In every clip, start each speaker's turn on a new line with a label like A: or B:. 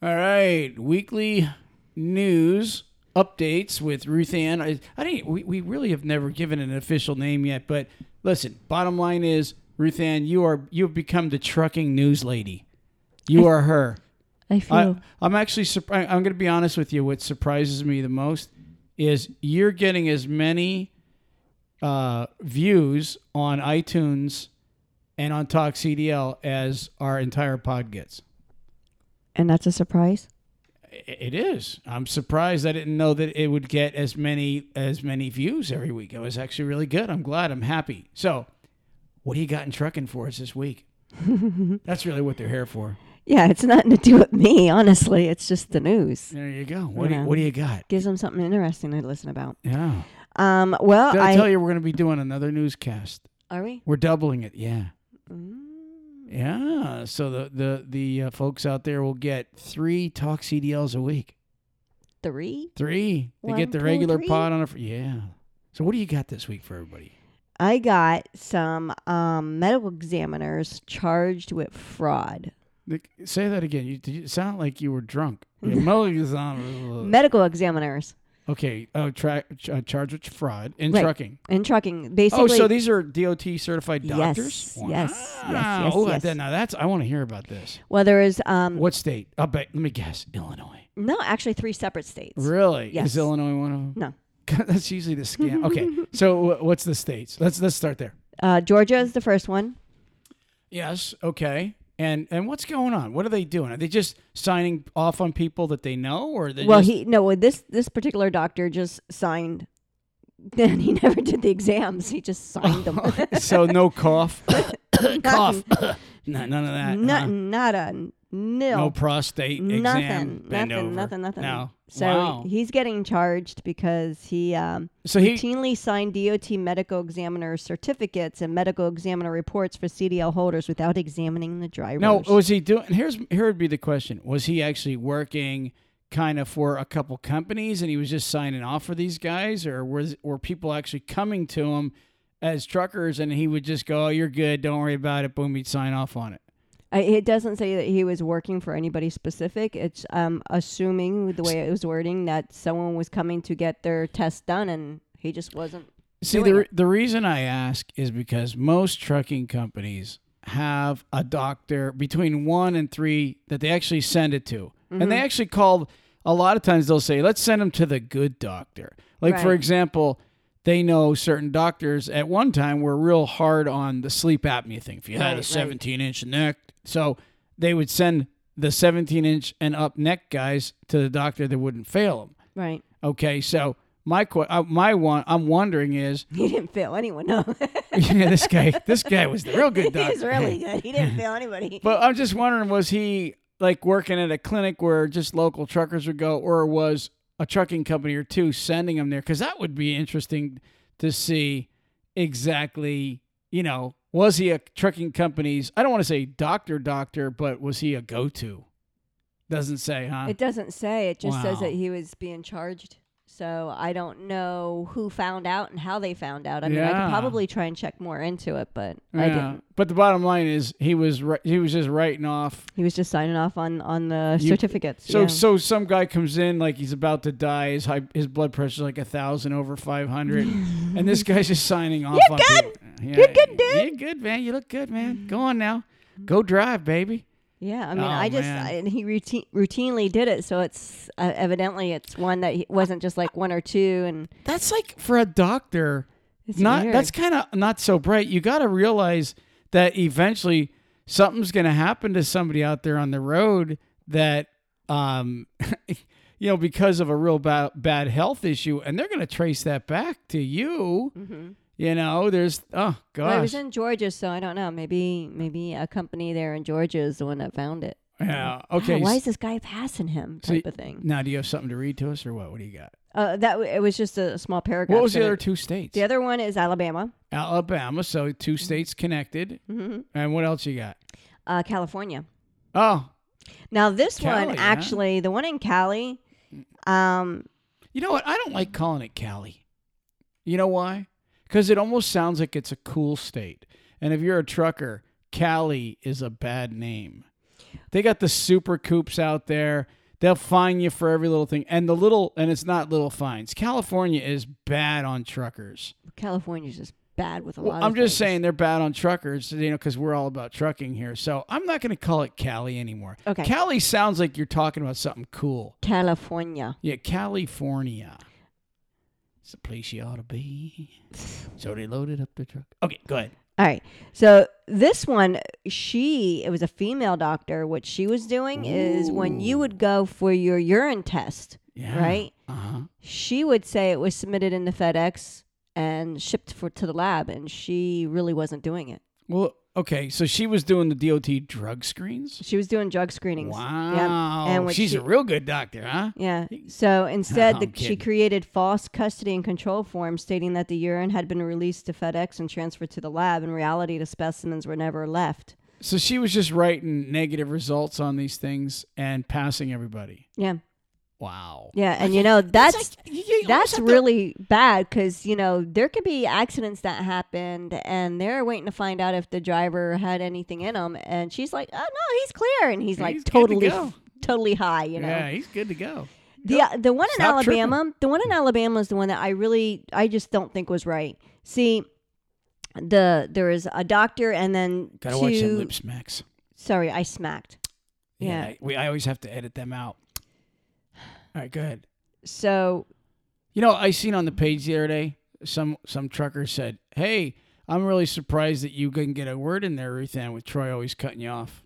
A: All right, weekly news updates with Ruth Ann. I, I didn't. We, we really have never given an official name yet, but listen. Bottom line is, Ruth Ann, you are you have become the trucking news lady. You are her.
B: I feel.
A: I, I'm actually. surpri- I'm going to be honest with you. What surprises me the most is you're getting as many uh, views on iTunes and on Talk CDL as our entire pod gets.
B: and that's a surprise.
A: I- It is. I'm surprised I didn't know that it would get as many as many views every week. It was actually really good. I'm glad. I'm happy. So, what do you got in trucking for us this week? That's really what they're here for.
B: Yeah, it's nothing to do with me, honestly. It's just the news.
A: There you go. What do you,
B: Yeah.
A: what do you got?
B: Gives them something interesting to listen about.
A: Yeah.
B: Um, well,
A: Did I,
B: I,
A: tell you we're going to be doing another newscast?
B: are we?
A: We're doubling it. Yeah.
B: Mm,
A: Yeah. So the the the uh, folks out there will get three talk CDLs a week.
B: three.
A: Three. They
B: One,
A: get the
B: two,
A: regular
B: three.
A: pod on a fr- yeah. So what do you got this week for everybody?
B: I got some um, medical examiners charged with fraud.
A: Like, Say that again. You, did you sound like you were drunk. Yeah, Mulligan's on-
B: Medical examiners
A: okay. Oh, tra- ch- uh, charge with fraud and
B: Right.
A: trucking.
B: in trucking, basically.
A: oh, so these are DOT certified doctors.
B: Yes, yes, yes,
A: Wow.
B: yes,
A: Oh,
B: yes.
A: that- now that's I want to hear about this.
B: well, there is um,
A: What state? I bet. Let me guess. Illinois.
B: no, actually, three separate states.
A: Really?
B: Yes.
A: Is Illinois one of them?
B: No.
A: That's usually the scam. Okay. so wh- what's the states? Let's let's start there.
B: Uh, Georgia is the first one.
A: Yes. Okay. And and what's going on? What are they doing? Are they just signing off on people that they know, or are they
B: Well,
A: just-
B: he no. well, This this particular doctor just signed. Then he never did the exams. He just signed them.
A: so no cough, cough,
B: Nothing.
A: no, none of that. huh?
B: Nothing. Nada. Nil.
A: No prostate exam.
B: nothing.
A: bend
B: Nothing.
A: over.
B: Nothing. Nothing.
A: No.
B: So
A: wow.
B: he's getting charged because he um,
A: so he
B: routinely signed DOT medical examiner certificates and medical examiner reports for CDL holders without examining the drivers.
A: no was he doing? Here's here would be the question: Was he actually working? kind of for a couple companies and he was just signing off for these guys or was were people actually coming to him as truckers and he would just go oh you're good don't worry about it boom he'd sign off on it
B: I, it doesn't say that he was working for anybody specific. It's um, assuming with the way it was wording that someone was coming to get their test done and he just wasn't.
A: See,
B: doing
A: the, the reason I ask is because most trucking companies have a doctor between one and three that they actually send it to.
B: Mm-hmm.
A: And they actually call, a lot of times they'll say, let's send them to the good doctor. Like, for
B: Right.
A: example, they know certain doctors at one time were real hard on the sleep apnea thing. If you
B: Right,
A: had a
B: right.
A: 17 inch neck, so they would send the 17 inch and up neck guys to the doctor that wouldn't fail them.
B: Right.
A: Okay, so my que- uh, my one I'm wondering is
B: He didn't fail anyone. No.
A: yeah, this guy, this guy was the real good doctor.
B: He's really good. He didn't fail anybody.
A: But I'm just wondering, was he like working at a clinic where just local truckers would go, or was a trucking company or two sending him there? Because that would be interesting to see exactly. You know, was he a trucking company's? I don't want to say doctor, doctor, but was he a go-to? Doesn't say, huh?
B: it doesn't say. It just says
A: Wow.
B: that he was being charged. So I don't know who found out and how they found out. I mean, I
A: Yeah.
B: could probably try and check more into it, but I
A: Yeah.
B: didn't.
A: But the bottom line is, he was ri- he was just writing off
B: He was just signing off on on the
A: You-
B: certificates.
A: So
B: yeah.
A: so some guy comes in like he's about to die. His high, his blood pressure's like a thousand over five hundred, and this guy's just signing off.
B: You're
A: on people.
B: good.
A: Yeah,
B: You're good, dude.
A: You're good, man. You look good, man. Go on now. Go drive, baby.
B: Yeah, I mean,
A: Oh,
B: I just
A: man.
B: I, and he routine, routinely did it, so it's uh, evidently it's one that he wasn't just like one or two, and
A: That's like for a doctor.
B: It's
A: not
B: weird.
A: that's kind of not so bright. You got to realize that eventually something's going to happen to somebody out there on the road that um you know because of a real ba- bad health issue and they're going to trace that back to you. You know, there's oh
B: well, I
A: gosh.
B: Mm-hmm. was in Georgia, so I don't know. Maybe maybe a company there in Georgia is the one that found it.
A: yeah.
B: Wow,
A: Okay.
B: why is this guy passing him?
A: so
B: Type
A: y-
B: of thing.
A: now do you have something to read to us or what? What do you got?
B: Uh, that w- it was just a small paragraph.
A: What was
B: so
A: the
B: that-
A: other two states?
B: The other one is Alabama,
A: Alabama, so two states connected.
B: hmm
A: And what else you got?
B: uh, California.
A: Oh,
B: Now this
A: Cali,
B: one
A: huh?
B: actually, the one in Cali. Um,
A: You know what? I don't like calling it Cali. You know why? Because it almost sounds like it's a cool state. And if you're a trucker, Cali is a bad name. They got the super coops out there. They'll fine you for every little thing. And the little and it's not little fines. California is bad on truckers.
B: California's just bad with a
A: Well,
B: lot.
A: I'm
B: of
A: just
B: things.
A: saying they're bad on truckers, you know, because we're all about trucking here. So I'm not going to call it Cali anymore.
B: Okay.
A: Cali sounds like you're talking about something cool.
B: California.
A: Yeah, California. It's the place you ought to be. So they loaded up the truck. Okay, go ahead.
B: All right. So this one, she it was a female doctor. What she was doing is when you would go for your urine test,
A: Yeah.
B: right?
A: Uh huh.
B: She would say it was submitted into FedEx and shipped for to the lab, and she really wasn't doing it.
A: Well, okay. So she was doing the DOT drug screens.
B: She was doing drug screenings.
A: Wow.
B: And what
A: She's
B: she-
A: a real good doctor, huh?
B: Yeah. So instead,
A: I'm
B: the, she
A: kidding.
B: created false custody and control forms stating that the urine had been released to FedEx and transferred to the lab. In reality, the specimens were never left.
A: So she was just writing negative results on these things and passing everybody.
B: Yeah.
A: Wow.
B: Yeah. And you know, that's.
A: You- you almost
B: that's
A: have to-
B: really bad because you know there could be accidents that happened and they're waiting to find out if the driver had anything in him and she's like oh no he's clear and he's, like
A: He's good to
B: totally
A: go.
B: totally high you know
A: Yeah, he's good to go.
B: the uh, the one in
A: Stop tripping.
B: Alabama, the one in Alabama is the one that I really I just don't think was right. See, the there is a doctor and then
A: Gotta
B: two.
A: watch them lip smacks.
B: sorry, I smacked.
A: Yeah.
B: Yeah.
A: we, I always have to edit them out. All right, go ahead.
B: So
A: You know, I seen on the page the other day some some trucker said, "Hey, I'm really surprised that you couldn't get a word in there, Ruth Ann, with Troy always cutting you off."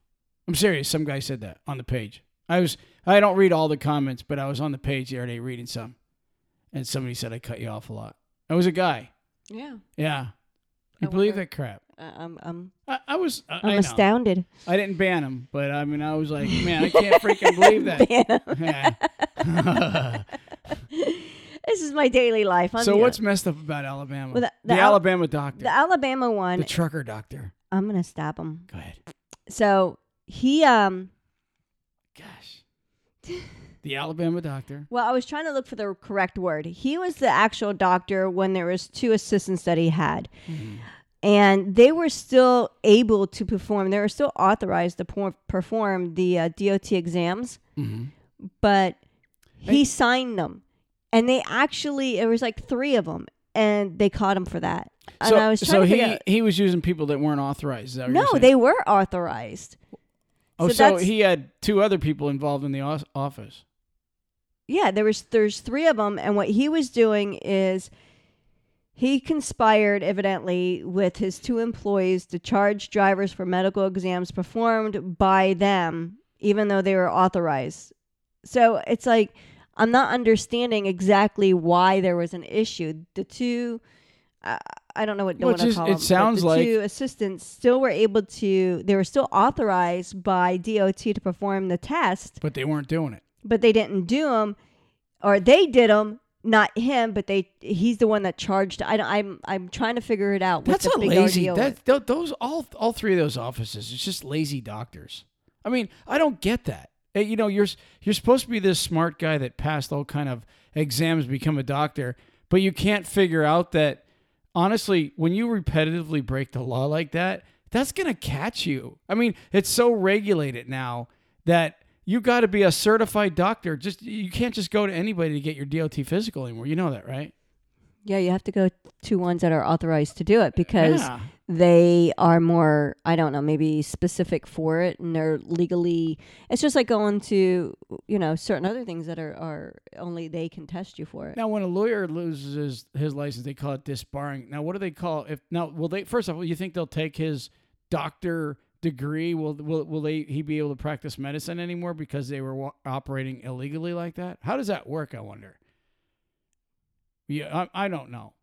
A: I'm serious. Some guy said that on the page. I was I don't read all the comments, but I was on the page the other day reading some, and somebody said I cut you off a lot. It was a guy.
B: yeah,
A: Yeah, you
B: I
A: believe
B: wonder-
A: that crap?
B: uh, I'm I'm
A: I, I was I,
B: Oh, I'm
A: I, know.
B: astounded.
A: I didn't ban him, but I mean I was like, man, I can't freaking believe that. Yeah.
B: this is my daily life. I'm
A: so
B: the-
A: what's messed up about Alabama?
B: Well,
A: the
B: the- the Al-
A: Alabama doctor,
B: the Alabama one?
A: the trucker doctor.
B: I'm gonna stab him.
A: Go ahead.
B: So he um
A: Gosh. The Alabama doctor.
B: Well, I was trying to look for the correct word. He was the actual doctor when there was two assistants that he had.
A: Mm-hmm.
B: And they were still able to perform. They were still authorized to por- perform the uh, DOT exams,
A: Mm-hmm.
B: but he signed them. And they actually, it was like three of them, and they caught him for that. And
A: So,
B: I was trying
A: so
B: to
A: he
B: figure out-
A: he was using people that weren't authorized. Is that what you're
B: no,
A: saying?
B: they were authorized.
A: Oh,
B: so
A: so
B: that's-
A: he had two other people involved in the os- office.
B: Yeah, there was there's three of them, and what he was doing is he conspired evidently with his two employees to charge drivers for medical exams performed by them, even though they were authorized. So it's like I'm not understanding exactly why there was an issue. The two. I I don't know what
A: Well,
B: well,
A: it's
B: to
A: just-
B: call
A: it
B: them, but
A: sounds
B: the
A: like-
B: two assistants still were able to. They were still authorized by DOT to perform the test,
A: But they weren't doing it.
B: but they didn't do them, or they did them, not him. But they he's the one that charged. I, don't- I'm I'm trying to figure it out. what
A: That's
B: the
A: a
B: big ordeal
A: lazy.
B: is.
A: That th- those all all three of those offices. It's just lazy doctors. I mean, I don't get that. Eh, You know, you're s- you're supposed to be this smart guy that passed all kind of exams, become a doctor, but you can't figure out that honestly, when you repetitively break the law like that, that's gonna catch you. I mean, it's so regulated now that you got to be a certified doctor. Just you can't just go to anybody to get your DOT physical anymore. You know that, right?
B: yeah, you have to go to ones that are authorized to do it because
A: Yeah.
B: they are more. I don't know, maybe specific for it, and they're legally. It's just like going to you know certain other things that are are only they can test you for it.
A: Now, when a lawyer loses his, his license, they call it disbarring. Now, what do they call if now? Will they first of all? You think they'll take his doctor degree? Will will will they he be able to practice medicine anymore because they were wa- operating illegally like that? How does that work? I wonder. Yeah, I, I don't know.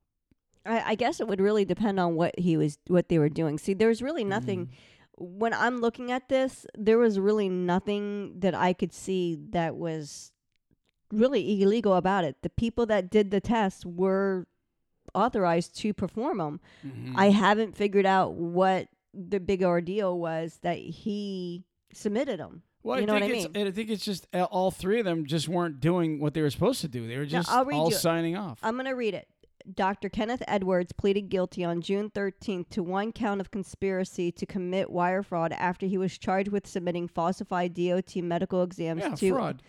B: I, I guess it would really depend on what he was what they were doing. See, there's really nothing when I'm looking at this, there was really nothing that I could see that was really illegal about it. The people that did the tests were authorized to perform them.
A: Mm-hmm.
B: I
A: Mm.
B: haven't figured out what the big ordeal was that he submitted them.
A: Well,
B: you know
A: I
B: what I
A: think
B: mean?
A: it's I think it's just uh, all three of them just weren't doing what they were supposed to do. They were just
B: I'll read
A: all
B: you-
A: signing off.
B: I'm going to read it. Dr. Kenneth Edwards pleaded guilty on June 13th to one count of conspiracy to commit wire fraud after he was charged with submitting falsified DOT medical exams
A: Yeah,
B: to
A: fraud.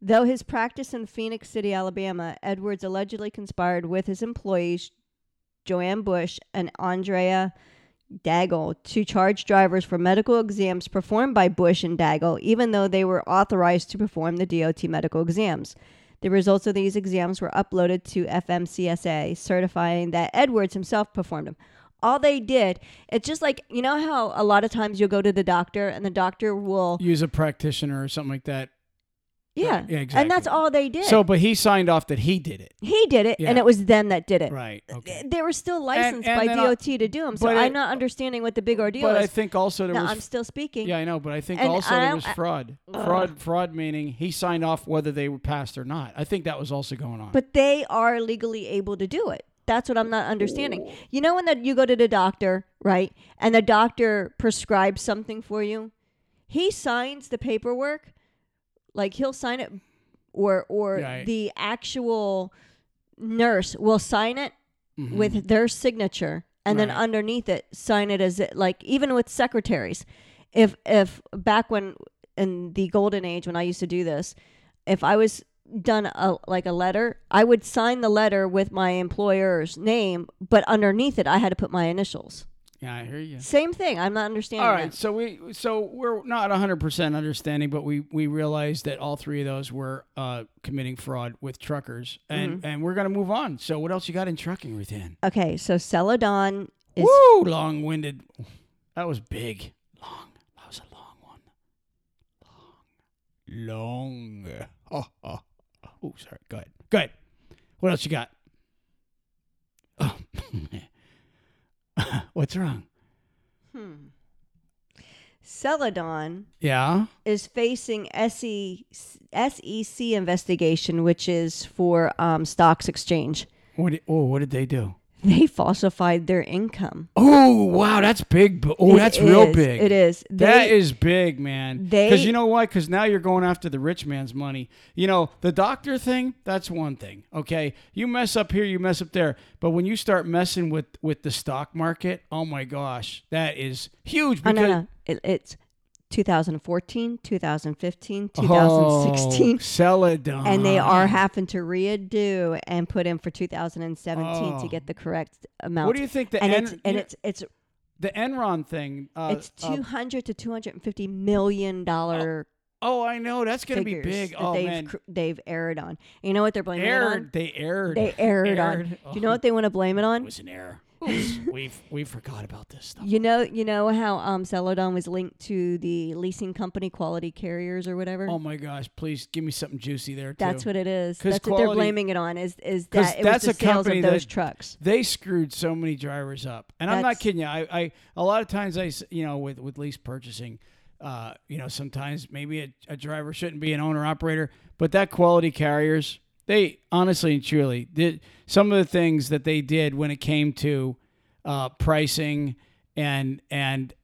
B: Though his practice in Phoenix City, Alabama, Edwards allegedly conspired with his employees, Joanne Bush and Andrea Daggle, to charge drivers for medical exams performed by Bush and Daggle, even though they were authorized to perform the DOT medical exams. The results of these exams were uploaded to FMCSA, certifying that Edwards himself performed them. All they did, it's just like, you know how a lot of times you'll go to the doctor and the doctor will,
A: Use a practitioner or something like that.
B: yeah,
A: yeah,
B: and that's
A: exactly.
B: all they did.
A: So, but he signed off that he did it.
B: He did it, and
A: Yeah.
B: it was them that did it.
A: Right. Okay.
B: They were still licensed
A: and
B: by
A: then I-
B: DOT to do them, so
A: but
B: I'm
A: it-
B: not understanding what the big ordeal
A: But I
B: is.
A: think also there
B: now,
A: was
B: I'm still speaking.
A: Yeah, I know, but I think
B: And
A: also
B: I
A: there
B: don't-
A: was
B: I-
A: fraud. fraud, fraud meaning he signed off whether they were passed or not. I think that was also going on.
B: But they are legally able to do it. That's what I'm not understanding. You know when the, you go to the doctor, right, and the doctor prescribes something for you, he signs the paperwork, like he'll sign it, or or
A: Right.
B: the actual nurse will sign it
A: Mm-hmm.
B: with their signature and then
A: Right.
B: underneath it sign it as it, like even with secretaries if if back when in the golden age when i used to do this if i was done a, like a letter i would sign the letter with my employer's name but underneath it i had to put my initials
A: yeah, I hear you.
B: same thing i'm not understanding
A: All right,
B: that.
A: so we so we're not 100% understanding, but we we realized that all three of those were uh, committing fraud with truckers, and
B: Mm-hmm.
A: and we're gonna move on. So what else you got in trucking, Ruthann?
B: okay so celadon is
A: Woo, long-winded. That was big. Long. That was a long one. Long. Long. Oh, oh, oh sorry. Go ahead. Go ahead. What else you got? Oh. What's wrong?
B: celadon
A: Yeah.
B: is facing E SE, SEC investigation, which is for um, stocks exchange.
A: What? Did, oh, what did they do?
B: They falsified their income.
A: Oh, wow. That's big. bu- Oh,
B: It
A: that's real
B: is-
A: big.
B: It is. They,
A: That is big, man.
B: they-
A: Because you know why? Because now you're going after the rich man's money. You know, the doctor thing, that's one thing. Okay. You mess up here, you mess up there. But when you start messing with with the stock market, oh my gosh, that is huge.
B: Oh,
A: Because,
B: no, no. It, it's 2014, 2015,
A: Oh,
B: 2016.
A: Celadon.
B: and they are having to redo and put in for 2017
A: Oh.
B: to get the correct amount.
A: What do you think the
B: and
A: En-
B: it's and
A: you-
B: it's it's
A: the Enron thing? Uh,
B: it's
A: uh,
B: two hundred to two hundred and fifty million dollar
A: oh, I know. That's going to be
B: figures
A: big.
B: that
A: Oh
B: they've
A: man,
B: cr- they've erred on. And you know what they're blaming it on?
A: aired. They aired.
B: They aired, on.
A: Aired.
B: Do you know what they want to blame it
A: It
B: on?
A: was an error. Oops, we've we forgot about this stuff.
B: You know, you know how um, Celadon was linked to the leasing company Quality Carriers or whatever.
A: Oh my gosh! Please give me something juicy there too.
B: that's what it is.
A: 'Cause
B: That's what
A: Quality-
B: they're blaming it on. Is is
A: 'Cause
B: that it
A: that's a
B: was the sales
A: company
B: of those
A: that-
B: trucks?
A: they screwed so many drivers up, and I'm not
B: That's-
A: kidding you. I, I a lot of times I s- you know with with lease purchasing, uh, you know sometimes maybe a, a driver shouldn't be an owner operator, but that quality carriers they honestly and truly did some of the things that they did when it came to uh, pricing and and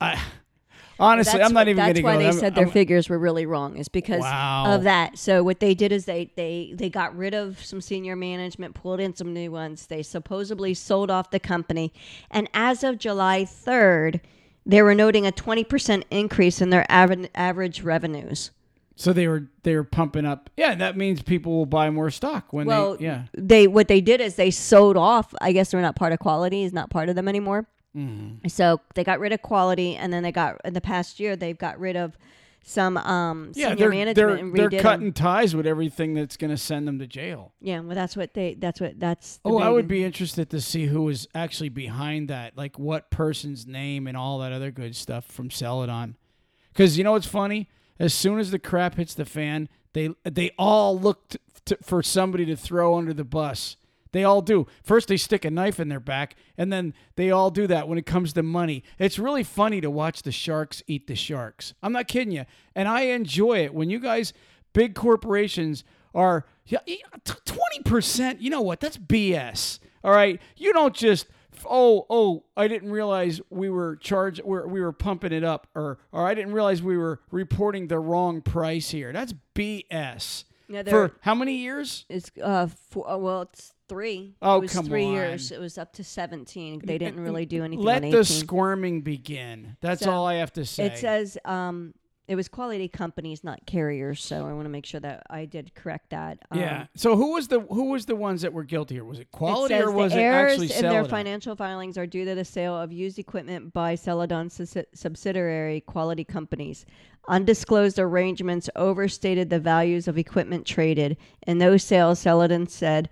A: I honestly
B: That's
A: I'm not
B: wh-
A: even going
B: That's
A: to go.
B: why they
A: I'm-
B: said their
A: I'm-
B: figures were really wrong. Is because
A: Wow.
B: of that. So what they did is they they they got rid of some senior management, pulled in some new ones. They supposedly sold off the company, and as of July third, they were noting a twenty percent increase in their average average revenues.
A: So they were they were pumping up. Yeah, that means people will buy more stock when
B: Well,
A: they yeah.
B: they what they did is they sold off. I guess they're not part of quality. Is not part of them anymore.
A: Mm-hmm.
B: So they got rid of quality, and then they got in the past year they've got rid of some um
A: Yeah,
B: senior
A: they're
B: management
A: they're,
B: and
A: they're
B: redid 'em.
A: cutting ties with everything that's going to send them to jail.
B: Yeah, well, that's what they. That's what that's. The
A: Oh, I
B: big-
A: would be interested to see who was actually behind that, like what person's name and all that other good stuff from Celadon. Because you know what's funny? As soon as the crap hits the fan, they they all look t- t- for somebody to throw under the bus. They all do. First, they stick a knife in their back, and then they all do that when it comes to money. It's really funny to watch the sharks eat the sharks. I'm not kidding you, and I enjoy it when you guys, big corporations, are e, twenty percent. You know what? That's BS. All right, you don't just oh oh i didn't realize we were charged we're, we were pumping it up or or i didn't realize we were reporting the wrong price here that's bs
B: Yeah, there
A: for how many years?
B: it's uh four, uh, well it's three.
A: Oh,
B: it was
A: come
B: three
A: on.
B: years. It was up to seventeen. They didn't really do anything.
A: Let
B: on
A: the
B: 18.
A: squirming begin. That's
B: So,
A: all I have to say.
B: It says um, it was quality companies, not carriers. So I want to make sure that I did correct that. Um,
A: yeah. So who was the who was the ones that were guilty here? Was it
B: It
A: quality
B: says
A: or was
B: the
A: it
B: errors
A: actually
B: in their
A: Celadon?
B: financial filings are due to the sale of used equipment by Celadon sus- subsidiary quality companies. Undisclosed arrangements overstated the values of equipment traded. In those sales, Celadon said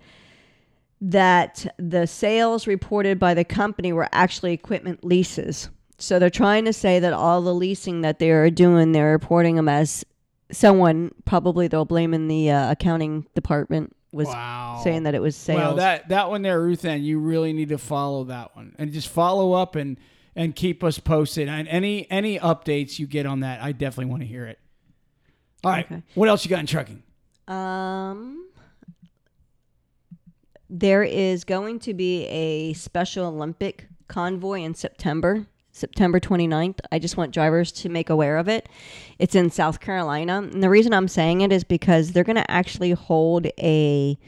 B: that the sales reported by the company were actually equipment leases. So they're trying to say that all the leasing that they are doing, they're reporting them as someone probably they'll blame in the uh, accounting department was
A: wow.
B: saying that it was sales.
A: Well, that that one there, Ruthann, you really need to follow that one and just follow up and and keep us posted and any any updates you get on that. I definitely want to hear it. All right,
B: Okay.
A: what else you got in trucking?
B: Um, there is going to be a Special Olympic convoy in September, September 29th. I just want drivers to make aware of it. It's in South Carolina. And the reason I'm saying it is because they're going to actually hold a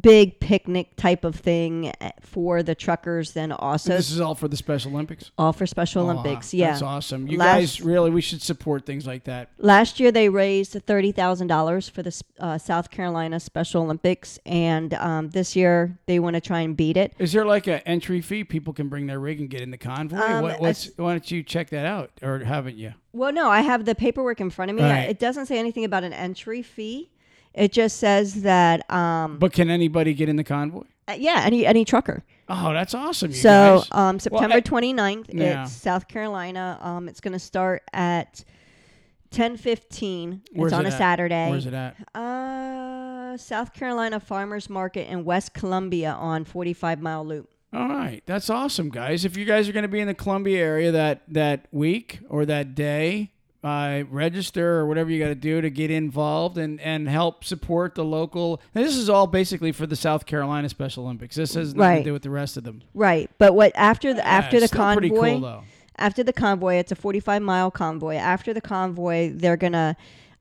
B: big picnic type of thing eh, for the truckers, then also
A: this is all for the Special Olympics.
B: all for Special
A: Aw,
B: Olympics. Yeah.
A: that's awesome. You
B: Last-
A: guys really, we should support things like that.
B: Last year, they raised thirty thousand dollars for the uh, South Carolina Special Olympics, and um, this year they want to try and beat it.
A: Is there like an entry fee? People can bring their rig and get in the convoy.
B: Um,
A: what, what's, why don't you check that out, or haven't you?
B: Well, no, I have the paperwork in front of me.
A: Right.
B: It doesn't say anything about an entry fee. It just says that, um,
A: But can anybody get in the convoy?
B: uh, yeah, any any trucker.
A: Oh, that's awesome. You
B: So
A: guys.
B: um,
A: I-
B: September twenty 29th,
A: Yeah.
B: it's South Carolina. Um, it's going to start at ten fifteen.
A: Where's
B: It's on
A: it
B: a
A: at?
B: Saturday.
A: where's it at?
B: Uh, South Carolina Farmers Market in West Columbia on 45 Mile Loop.
A: All right, that's awesome, guys. If you guys are going to be in the Columbia area that that week or that day, uh, register or whatever you got to do to get involved and and help support the local. And this is all basically for the South Carolina Special Olympics. This has nothing to
B: Right.
A: do with the rest of them.
B: Right, but what after the after
A: Yeah,
B: the
A: it's still pretty
B: convoy?
A: cool though.
B: after the convoy, it's a 45 mile convoy. After the convoy, they're gonna.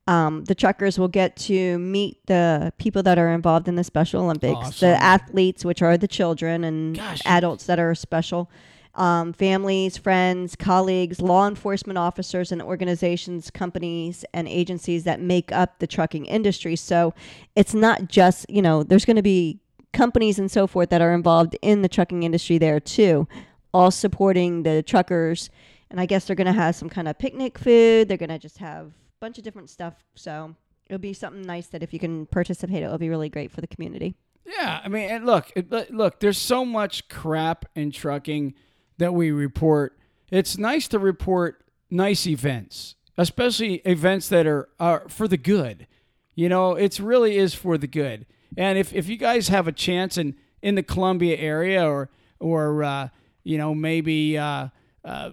B: Um, the truckers will get to meet the people that are involved in the Special Olympics,
A: Awesome.
B: the athletes, which are the children and
A: Gosh.
B: adults that are special, um, families, friends, colleagues, law enforcement officers, and organizations, companies, and agencies that make up the trucking industry. So it's not just, you know, there's going to be companies and so forth that are involved in the trucking industry there too, all supporting the truckers. And I guess they're going to have some kind of picnic food. They're going to just have a bunch of different stuff. So it'll be something nice that if you can participate, it'll be really great for the community.
A: Yeah, I mean, and look, it- look- look. There's so much crap in trucking that we report. It's nice to report nice events, especially events that are are for the good. You know, it's really is for the good. And if if you guys have a chance in in the Columbia area or or uh, you know maybe uh, uh,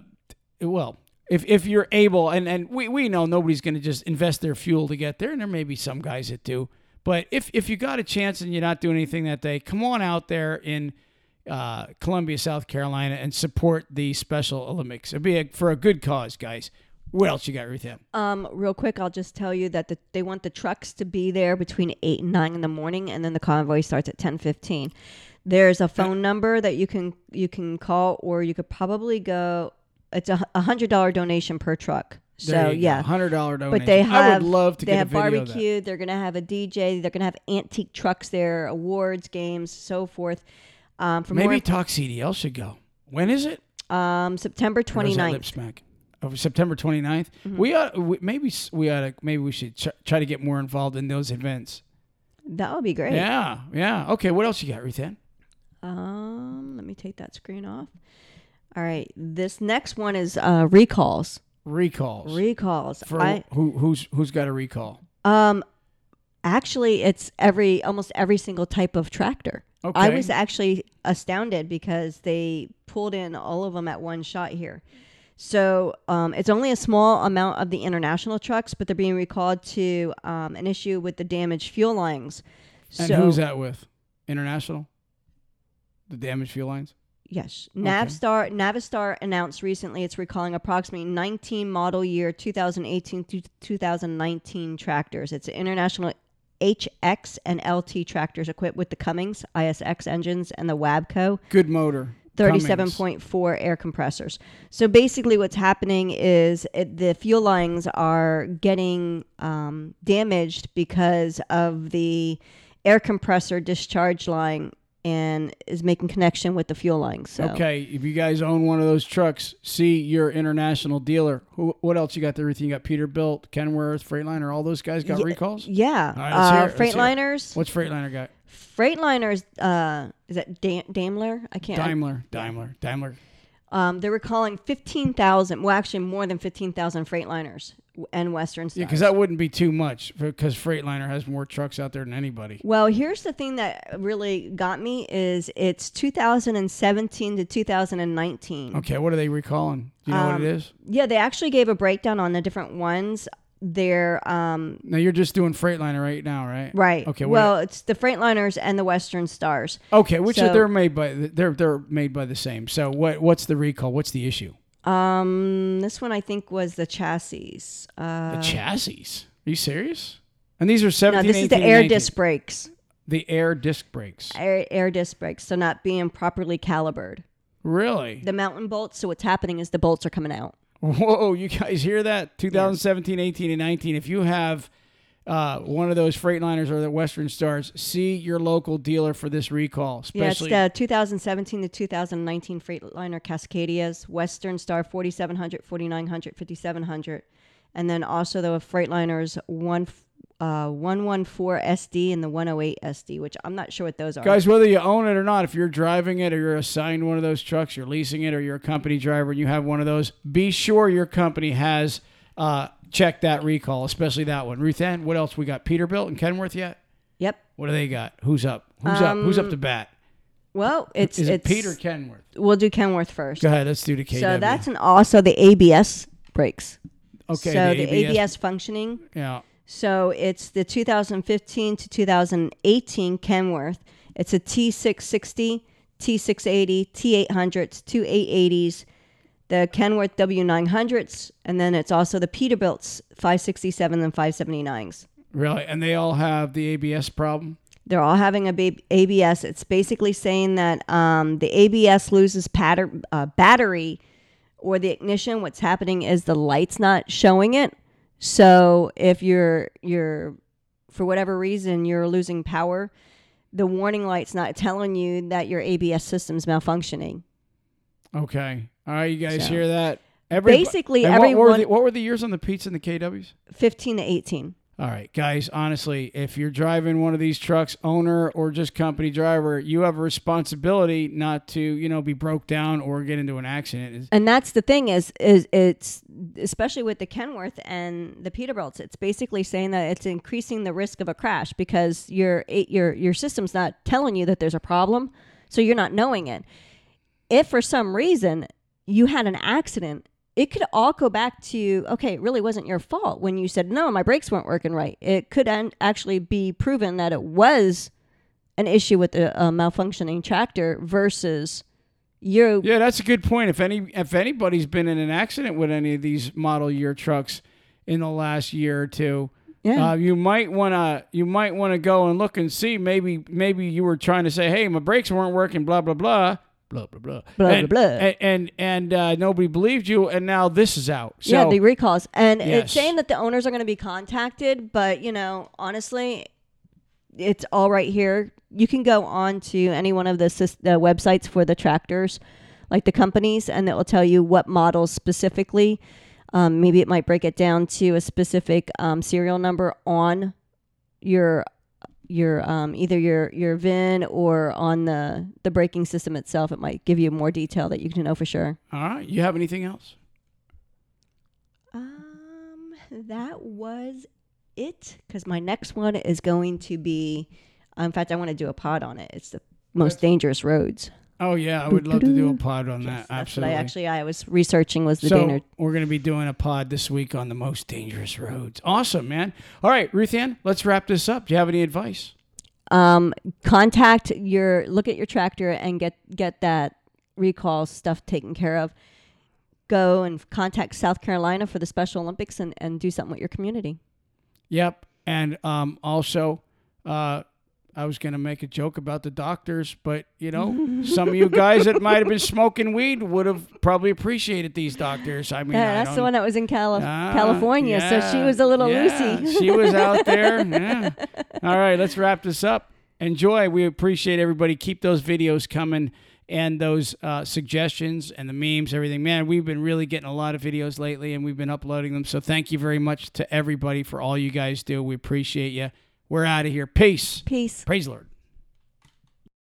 A: well if if you're able and and we, we know nobody's going to just invest their fuel to get there and there may be some guys that do but if if you got a chance and you're not doing anything that day come on out there in uh, Columbia South Carolina and support the Special Olympics it'd be a, for a good cause guys what else you got Ruth Ann?
B: Um, real quick, I'll just tell you that the, they want the trucks to be there between eight and nine in the morning, and then the convoy starts at ten fifteen. There's a phone number that you can you can call, or you could probably go. It's a a hundred dollar donation per truck.
A: There
B: So
A: you go.
B: yeah,
A: $100 donation
B: but they have
A: I would love to
B: they
A: get
B: have
A: a video of that.
B: barbecue. They're gonna have a DJ. They're gonna have antique trucks there, awards, games, so forth. Um, for
A: maybe Talk CDL should go when is it
B: more, um, September
A: Or is that
B: 29th.
A: Lip smack. Of September 29th.
B: Mm-hmm.
A: We ought we, maybe s- we ought to maybe we should ch- try to get more involved in those events.
B: That would be great.
A: Yeah, yeah. Okay, what else you got, Ruthann?
B: Um, let me take that screen off. All right, this next one is uh, recalls.
A: Recalls.
B: Recalls.
A: For
B: I
A: who who's who's got a recall?
B: um, actually, it's every almost every single type of tractor. I
A: Okay.
B: was actually astounded because they pulled in all of them at one shot here. So um, it's only a small amount of the international trucks, but they're being recalled to um, an issue with the damaged fuel lines.
A: And
B: so
A: who's that with? International? The damaged fuel lines?
B: Yes. Navstar Navistar announced recently it's recalling approximately 19 model year 2018 to 2019 tractors. It's an international HX and LT tractors equipped with the Cummins ISX engines and the Wabco
A: Good motor.
B: 37.4 air compressors. So basically, what's happening is it, the fuel lines are getting um, damaged because of the air compressor discharge line and is making connection with the fuel line. So
A: Okay, if you guys own one of those trucks, see your international dealer. Who, what else you got there? You got Peterbilt, Kenworth, Freightliner. All those guys got
B: Ye-
A: recalls.
B: yeah,
A: All right, let's hear
B: uh,
A: it, let's hear it.
B: Freightliners.
A: What's Freightliner got?
B: Freightliners. Uh, is that Dam- Daimler? I can't.
A: Daimler, Daimler, Daimler.
B: Um, they're recalling 15,000, well, actually more than 15,000 Freightliners and Western
A: Yeah,
B: stuff.
A: because that wouldn't be too much because Freightliner has more trucks out there than anybody.
B: well, here's the thing that really got me is it's 2017 to 2019.
A: Okay, what are they recalling? Do you know
B: Um,
A: what it is?
B: Yeah, they actually gave a breakdown on the different ones. They're um,
A: Now you're just doing Freightliner right now, right?
B: right.
A: Okay. What
B: Well, it's the Freightliners and the Western Stars.
A: okay, which are
B: so-
A: they're made by they're they're made by the same. So what what's the recall? What's the issue?
B: Um, this one I think was the chassis. Uh,
A: The chassis. Are you serious? And these are 17,
B: no, this is
A: 18,
B: the
A: and
B: air
A: 19.
B: disc brakes.
A: The air disc brakes.
B: Air, air disc brakes, so not being properly calibered.
A: Really?
B: the mountain bolts. So what's happening is the bolts are coming out.
A: Whoa, you guys hear that? 2017, 18, and 19. If you have uh, one of those Freightliners or the Western Stars, see your local dealer for this recall. Especially,
B: yeah, it's the 2017 to 2019 Freightliner Cascadias, Western Star 4700, 4900, 5700, and then also the Freightliners one. Uh, 114 SD and the 108 SD, which I'm not sure what those are.
A: guys, whether you own it or not, if you're driving it or you're assigned one of those trucks, you're leasing it, or you're a company driver and you have one of those, be sure your company has uh, checked that recall, especially that one. Ruth Ann, what else we got? Peterbilt and Kenworth yet?
B: yep.
A: What do they got? Who's up? Who's up? Who's up to bat?
B: Well, it's
A: Is it
B: Um, it's
A: Peter Kenworth?
B: We'll do Kenworth first.
A: Go ahead, let's do the KW.
B: So that's an also the ABS brakes.
A: okay.
B: so
A: the, ABS.
B: functioning
A: Yeah.
B: So it's the 2015 to 2018 Kenworth. It's a T660, T680, T800s, two 880s, the Kenworth W900s, and then it's also the Peterbilt's 567 and 579s.
A: Really? And they all have the ABS problem?
B: They're all having a bab- ABS. It's basically saying that um, the ABS loses patter- uh, battery or the ignition. What's happening is the light's not showing it. So if you're you're for whatever reason you're losing power, the warning light's not telling you that your ABS system's malfunctioning.
A: Okay. All right, you guys
B: So-
A: hear that? Everybo-
B: Basically,
A: and what were,
B: everyone-
A: the, what were the years on the Pete's and the KWs?
B: Fifteen to eighteen.
A: All right, guys, honestly, if you're driving one of these trucks, owner or just company driver, you have a responsibility not to, you know, be broke down or get into an accident. It's-
B: And that's the thing is is it's especially with the Kenworth and the Peterbilts, it's basically saying that it's increasing the risk of a crash because your it, your your system's not telling you that there's a problem, so you're not knowing it. If for some reason you had an accident, it could all go back to okay, it really wasn't your fault when you said no, my brakes weren't working right. It could an- actually be proven that it was an issue with the uh, malfunctioning tractor versus you
A: Yeah, that's a good point. If any if anybody's been in an accident with any of these model year trucks in the last year or two,
B: Yeah.
A: uh, you might wanna you might wanna go and look and see. Maybe maybe you were trying to say, hey, my brakes weren't working, blah blah blah. Blah blah blah
B: Blah,
A: and,
B: blah, blah.
A: and and, and uh, nobody believed you, and now this is out. So
B: yeah, the recalls. And
A: Yes.
B: it's saying that the owners are going to be contacted, but you know, honestly, it's all right here. You can go on to any one of the, sys- the websites for the tractors, like the companies, and it will tell you what models specifically. Um, maybe it might break it down to a specific um, serial number on your your um, either your your VIN or on the the braking system itself. It might give you more detail that you can know for sure.
A: all right, you have anything else?
B: Um, that was it because my next one is going to be. uh, In fact, I want to do a pod on it. It's the most dangerous roads.
A: Oh yeah, I would love to do a pod on that.
B: That's what I
A: Absolutely.
B: actually I was researching was the
A: so
B: danger.
A: we're going to be doing a pod this week on the most dangerous roads. Awesome, man. All right, Ruth Ann, let's wrap this up. Do you have any advice?
B: Um, contact your look at your tractor and get get that recall stuff taken care of. Go and contact South Carolina for the Special Olympics and, and do something with your community.
A: Yep. And um, also, Uh, I was going to make a joke about the doctors, but you know, some of you guys that might have been smoking weed would have probably appreciated these doctors. I mean, I
B: Yeah, that's the
A: don't-
B: one that was in Cali-
A: Ah,
B: California. so she
A: yeah,
B: was a little
A: yeah,
B: loosey.
A: she was out there. yeah. All right, let's wrap this up. Enjoy. We appreciate everybody. Keep those videos coming and those uh, suggestions and the memes, everything. Man, we've been really getting a lot of videos lately and we've been uploading them. So thank you very much to everybody for all you guys do. We appreciate you. We're out of here. Peace.
B: Peace.
A: Praise the Lord.